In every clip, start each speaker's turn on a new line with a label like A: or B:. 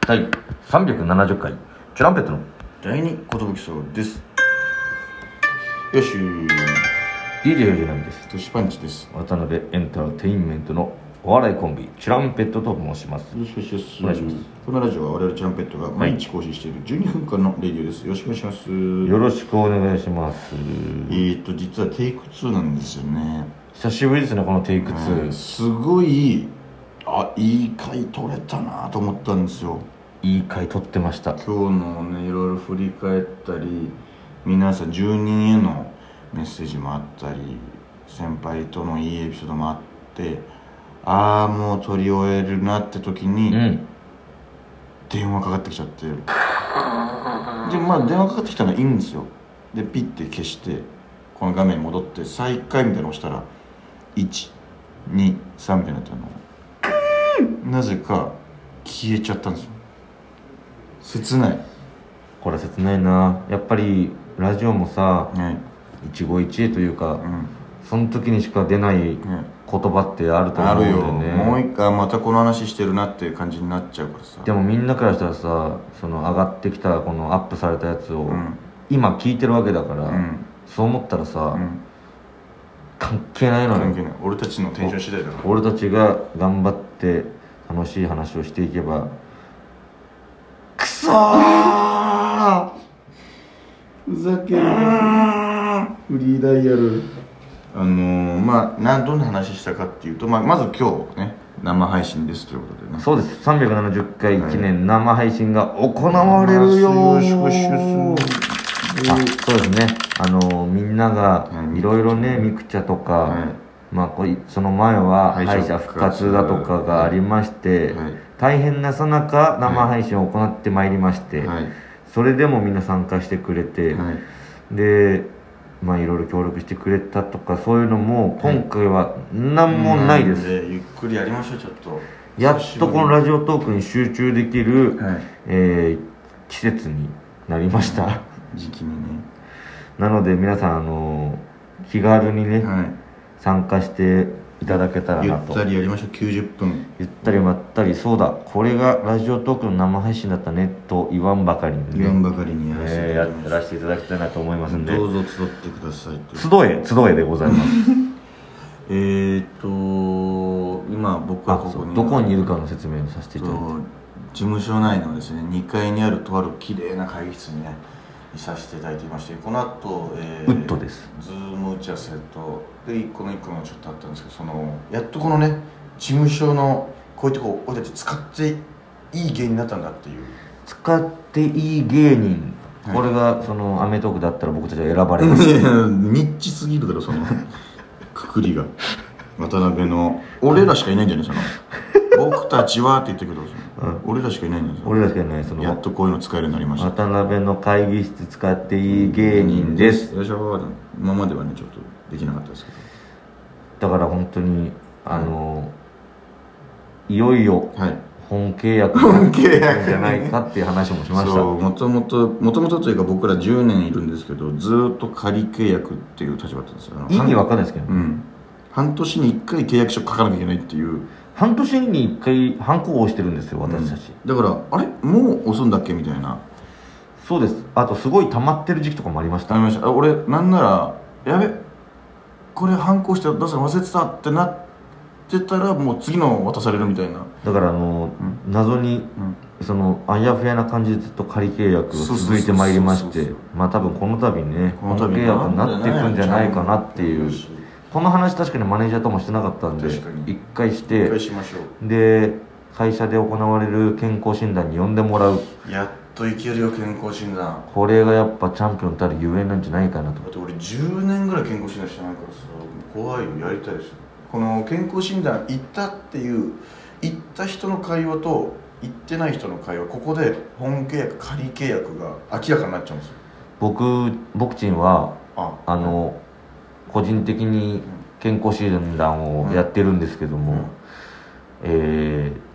A: 第370回チュランペットの
B: 第二寿そうですよし
A: DJ 藤波です
B: トシパンチです
A: 渡辺エンターテインメントのお笑いコンビチュランペットと申します
B: よろしくお願いし
A: お
B: ます
A: 願いします
B: このラジオは我々チャンペットが毎日更新している12分間のレディオですよろしくお願いします
A: よろしくお願いします
B: えーっと実はテイク2なんですよね
A: 久しぶりですねこのテイク
B: うん
A: 2
B: すごいあいい回取れたなと思ったんですよ
A: いい回撮ってました
B: 今日のねいろいろ振り返ったり皆さん住人へのメッセージもあったり先輩とのいいエピソードもあってああもう取り終えるなって時
A: う
B: に、
A: ん
B: 電話かかってきちゃってでまあ電話かかってきたのはいいんですよでピッて消してこの画面に戻って再開みたいなのを押したら123みたいになったのなぜか消えちゃったんですよ切ない
A: これは切ないなやっぱりラジオもさ
B: ね
A: 一期一会というか、
B: うん
A: その時にしか出ない言
B: ね
A: 葉ってあると
B: あ
A: 思う
B: るよ、
A: んだよね
B: もう一回またこの話してるなっていう感じになっちゃうからさ
A: でもみんなからしたらさその上がってきたこのアップされたやつを、
B: うん
A: 今聞いてるわけだから、
B: うん
A: そう思ったらさ、
B: うん
A: 関係ないの
B: 関
A: よ
B: 係ない俺たちのテンション次第だから
A: 俺たちが頑張って楽しい話をしていけば
B: くそーふざけるなフリーダイヤルあのー、まあなどんな話したかっていうと、まあ、まず今日ね生配信ですということでね
A: そうです370回記念生配信が行われるよ
B: よろしくお願いし
A: あ
B: ます
A: そうですねあのみんなが
B: はい
A: いろいろねミクチャとか、
B: はい
A: まあ、こういその前は
B: 敗者
A: 敗者復活だとかがありまして、
B: はい
A: 大変なさなか生配信を行ってまいりまして、
B: はい
A: それでもみんな参加してくれて、
B: はい
A: でまあいろいろ協力してくれたとかそういうのも今回は何もないです、
B: んゆっくりやりましょうちょっと
A: やっとこのラジオトークに集中できる、
B: はい
A: えー季節になりました
B: 時期にね
A: なので皆さんあの気軽にね、
B: はい
A: 参加していただけたら
B: ゆ
A: な
B: っ
A: と
B: たりやりましょう90分
A: ゆったりまったりそうだこれがラジオトークの生配信だったねと言わんばかりに
B: 言わん
A: ね
B: ばかりにやらせて
A: え
B: い
A: ー
B: た
A: や
B: だき
A: っ
B: ます
A: てらせていただきたいなと思いますんで
B: どうぞ集ってくださいと
A: 集え集えでございます
B: えーっと今僕は
A: あ
B: こ
A: そ
B: こ
A: う
B: に
A: どこにいるかの説明をさせて
B: え
A: い
B: ったと
A: だいて
B: 事務所内のですね2階にあるとある綺麗な会議室にねいさせていただいていましてこの後、えー
A: ウッドです
B: ズーム打ち合わせとで1個の1個のちょっとあったんですけどそのやっとこのね事務所のこういうとこ俺たち使っていい芸人になったんだっていう
A: 使っていい芸人
B: はい
A: これがその『アメトーク』だったら僕たちは選ばれます
B: いやニッチすぎるだろそのくくりが渡辺の俺らしかいないんじゃないその僕たちはって言ってくるその、俺らしかいないんじゃないその
A: 俺らしかいないそ
B: やっ
A: の
B: とこういうの使えるようになりました
A: 渡辺の会議室使っていい芸人です
B: よいしょー今まではねちょっとできなかったですけ
A: だから本当にあのいよいよ
B: どはい
A: 本契約
B: 本契約
A: なんじゃないかっていう話もしまし
B: そ
A: た
B: うもともともともとというか僕ら10年いるんですけどずーっと仮契約っていう立場だったんですよあの
A: 意味わかんないですけど、
B: うん半年に1回契約書書かなきゃいけないっていう
A: 半年に1回ハンコを押してるんですよ私たち、
B: だからあれもう押すんだっけみたいな
A: そうですあとすごい溜まってる時期とかもありました
B: 頼みましたあ俺なんならやべこれ反抗して出すの忘れてたってなってたらもう次の渡されるみたいな
A: だからあの、謎にそのあやふやな感じでずっと仮契約が続いてまいりまし
B: そうそうそ
A: て
B: うそう
A: まあ多分この度ね
B: この
A: 本
B: 度
A: 契約になっていくんじゃないかなっていうこの話確かにマネージャーともしてなかったんで
B: 確かに
A: 一回し
B: 一回
A: て
B: しましょ
A: で会社で行われる健康診断に呼んでもらう
B: うやっといけるよ健康診断
A: これがやっぱチャンピオンたるゆえんなんじゃないかなと
B: だって俺10年ぐらい健康診断してないからさ怖いよやりたいですよこの健康診断行ったっていう行った人の会話と行ってない人の会話ここで本契約仮契約が明らかになっちゃうんですよ
A: 僕僕ちんは
B: あ
A: あの個人的に健康診断をやってるんですけども、
B: うん
A: えー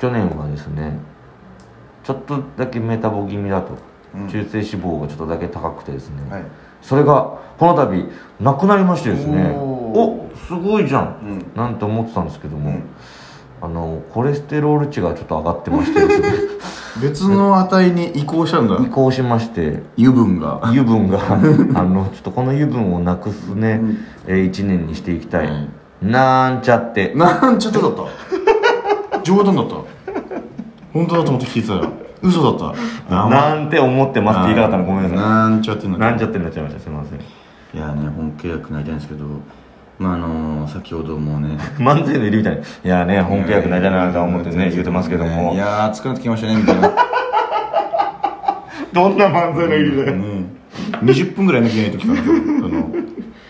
A: 去年はですねちょっとだけメタボ気味だと、
B: うん
A: 中性脂肪がちょっとだけ高くてですね、
B: はい
A: それがこの度なくなりましてですねお
B: お
A: すごいじゃん、
B: うん
A: なんて思ってたんですけども、
B: うん
A: あのコレステロール値がちょっと上がってましてです ね
B: 別の値に移行したんだ
A: 移行しまして
B: 油分が
A: 油分が あのちょっとこの油分をなくすね、えー、1年にしていきたい、なんちゃって
B: なんちゃってだった冗談だった本当だと思って聞いてたよ嘘だったあ
A: なんて思ってますって言いたかったのごめんなさ
B: なんちゃってんだ
A: い
B: った
A: なんちゃってになっちゃいましたすいません
B: いやね本契約になりたいんですけどまああの先ほども ね
A: 漫才の入りみたいに「いやね本契約になりたいな」と思ってね言うてますけども
B: いやー、暑くなってきましたね、み たいな。
A: どんな漫才の入りだ
B: う
A: よ
B: ん20分ぐらい抜けないときかな。その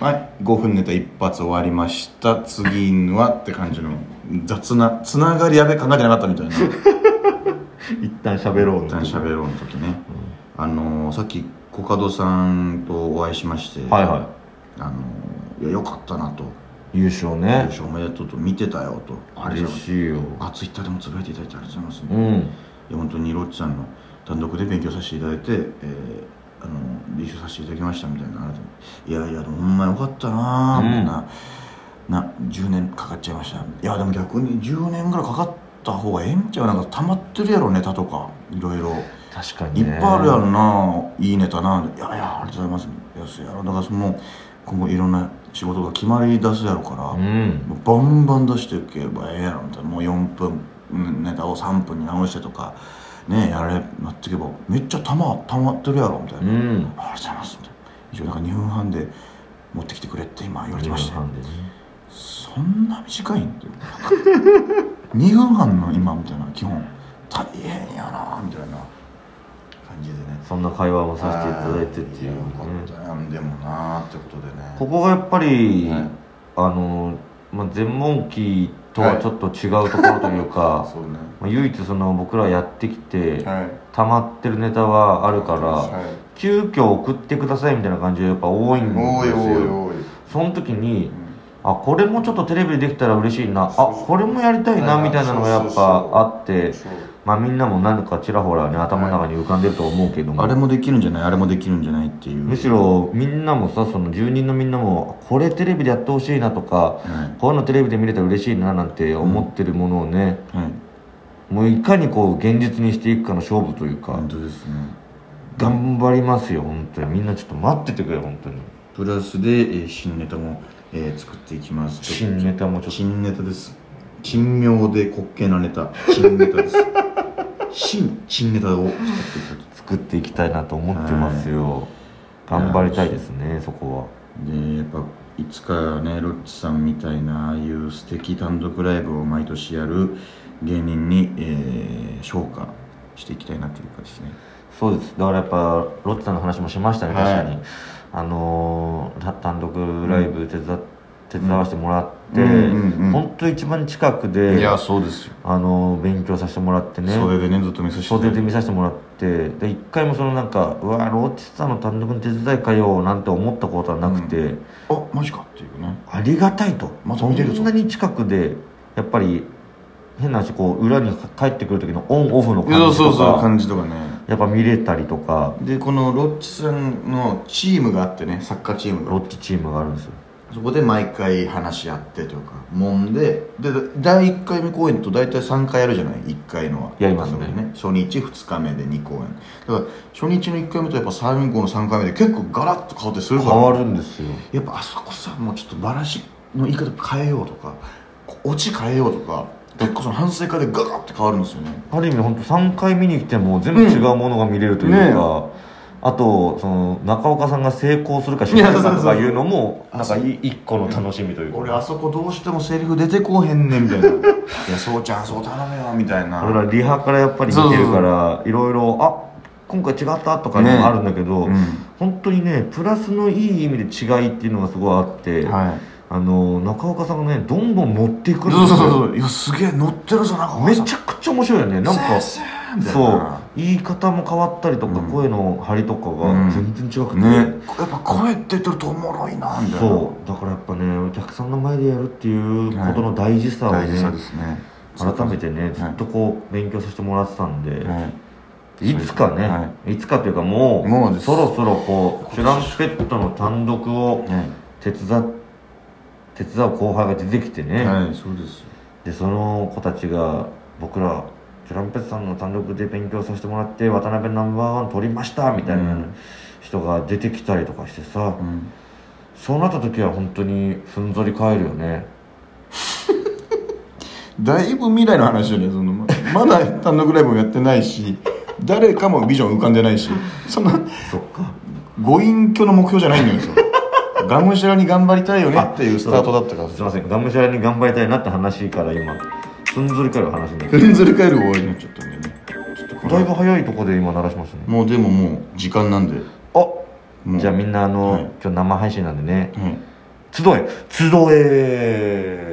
B: はい、5分ネタ一発終わりました。次はって感じの雑な、つながりやべえ考えてなかったみたいな。一
A: 一旦喋ろう
B: 旦喋ろうの時ね。あのー、さっき、コカドさんとお会いしまして、
A: はいは
B: あのー、いや、よかったなと。
A: い優勝
B: 優
A: ね
B: 勝おめでとうと、見てたよと。あ
A: 嬉
B: りがとうございます。
A: しいよ
B: あ、ツイッターでもつぶやいていただいてありがとうございます。
A: うん
B: いや本当にロッチさんの単独で勉強させていただいて、えーあの練習させていただきましたみたいなあなたにいやいやでもほんまよかったなあ、
A: うん
B: みんなな10年かかっちゃいましたいやでも逆に10年ぐらいかかった方がええんちゃうなんか溜まってるやろネタとかいろいろ
A: 確か
B: い
A: に
B: っ
A: ね
B: ぱいあるやろないいネタないやいやありがとうございますいやそうやろだからその今後いろんな仕事が決まり出すやろから、
A: うん
B: バンバン出していけばええやろみたいなもう4分うんネタを3分に直してとかねやれなっていけばめっちゃたまたまってるやろみたいうな、あ
A: ん
B: りがとうございますみたいな一応なんか2分半で持ってきてくれって今言われてましたよ
A: でね
B: そんな短いんって2分半の今みたいな基本大変やなみたいな感じでね
A: そんな会話もさせていただいてっていう
B: あーよかったねでもなーってことでね
A: ここがやっぱり、
B: はい
A: あの、まあ、全問記とはちょっと違うところというか、
B: そうね
A: まあ唯一その僕らやってきて、
B: はい
A: 溜まってるネタはあるから、
B: はい
A: 急遽送ってくださいみたいな感じがやっぱ多いんですよ
B: おいおいおい
A: その時にあこれもちょっとテレビでできたら嬉しいな
B: そうそう
A: あこれもやりたいな
B: はい
A: みたいなのがや
B: そう
A: っ
B: そうそう
A: ぱあって
B: そう
A: まあみんなも何かちらほらね頭の中に浮かんでると思うけども、
B: あれもできるんじゃないあれもできるんじゃないっていう
A: むしろみんなもさその住人のみんなもこれテレビでやってほしいなとか
B: は
A: こういうのテレビで見れたら嬉しいななんて思ってるものをね、
B: いはい
A: もういかにこう現実にしていくかの勝負というか、
B: 本当ですね
A: 頑張りますよ本当にみんなちょっと待っててくれ本当に
B: プラスで、えー新ネタも、えー作っていきます
A: 新ネタもちょっと
B: 新ネタです珍妙で滑稽なネタ新ネ タです新新ネタを作っていく
A: 作っていきたいなと思ってますよ、頑張りたいですねそこは
B: でやっぱいつかねロッチさんみたいなああいう素敵単独ライブを毎年やる芸人に、えー、昇華していきたいなというかですね
A: そうですだからやっぱロッチさんの話もしましたね
B: はい
A: 確かに、あのーた単独ライブ手伝,、手伝わせてもらって、
B: うんうんうん
A: 本当一番近くで
B: いやそうですよ、
A: あのー勉強させてもらってね
B: 袖でねずっと見させていただい
A: 袖
B: て
A: で見させてもらってで一回もそのなんか「うわロッチさんの単独の手伝いかよ」なんて思ったことはなくて、
B: あマジかっていうね
A: ありがたいと、
B: また
A: そ
B: 見れるぞ
A: んなに近くでやっぱり変な話こう裏に帰ってくる時のオンオフの感じとか
B: そうそうそう感じとかね
A: やっぱ見れたりとか
B: でこのロッチさんのチームがあってねサッカーチーム
A: ロ
B: が
A: ッチチームがあるんですよ
B: そこで毎回話し合ってというかもんでで第1回目公演と大体3回やるじゃない1回のは
A: やりますね
B: 初日2日目で2公演だから初日の1回目とやっぱ最後の3回目で結構ガラッと変わってする
A: 変
B: から
A: わるんですよ
B: やっぱあそこさもうちょっとバラシの言い方変えようとかこうオチ変えようとか結構その反省会でガラッと変わるんですよね
A: ある意味本当3回見に来ても全部違うものが見れるという
B: ね
A: か、あとその中岡さんが成功するかしないかとかいうのもな
B: いや
A: ん
B: そう
A: か
B: そう
A: い一個の楽しみというか
B: 俺あそこどうしてもセリフ出てこうへんねんみたいな「 いやそうちゃんそう頼むよ」みたいな
A: 俺らリハからやっぱり見てるからいろいろあ今回違ったとか
B: ね
A: ねあるんだけど、
B: うん
A: 本当にねプラスのいい意味で違いっていうのがすごいあって、
B: はい
A: あの中岡さんがねどんどん乗っていくん
B: そう
A: です
B: そ
A: よ
B: うそうそういやすげえ乗ってるぞなんか
A: めちゃくちゃ面白いよねなんか
B: そ
A: そう言い方も変わったりとか、
B: うん
A: 声の張りとか
B: う
A: が
B: ん
A: 全然違くて、
B: ねやっぱ声出てるとおもろいなみたいな
A: そうだからやっぱねお客さんの前でやるっていうことの大事さをね、
B: 大事さですね
A: 改めてねず
B: はい
A: っとこう勉強させてもらってたんで、
B: はい
A: いつかね、、
B: はい
A: つかというかもう
B: もうです
A: そろそろこうシュランペットの単独を
B: ね
A: 手伝手伝う後輩が出てきてね、
B: はいそうです
A: でその子たちが僕らトランペットさんの単独で勉強させてもらって渡辺ナンバーワン取りましたみたいな
B: うん
A: 人が出てきたりとかしてさ、
B: うん
A: そうなった時は本当にふんぞり返るよね
B: だいぶ未来の話よねそのままだ単独ライブもやってないし誰かもビジョン浮かんでないしそんな
A: そっか
B: ご隠居の目標じゃないんだよそれがむしゃらに頑張りたいよねっていうスタートだったから
A: すいませんがむしゃらに頑張りたいなって話から今ふんぞり返る話になって
B: ふんずり返る終わりになっちゃったんでねちょっとこれ
A: だいぶ早いとこで今鳴らしましたね
B: もうでももう時間なんで
A: あ
B: もう
A: じゃあみんなあの、
B: はい
A: 今日生配信なんでね
B: はい
A: 集え集え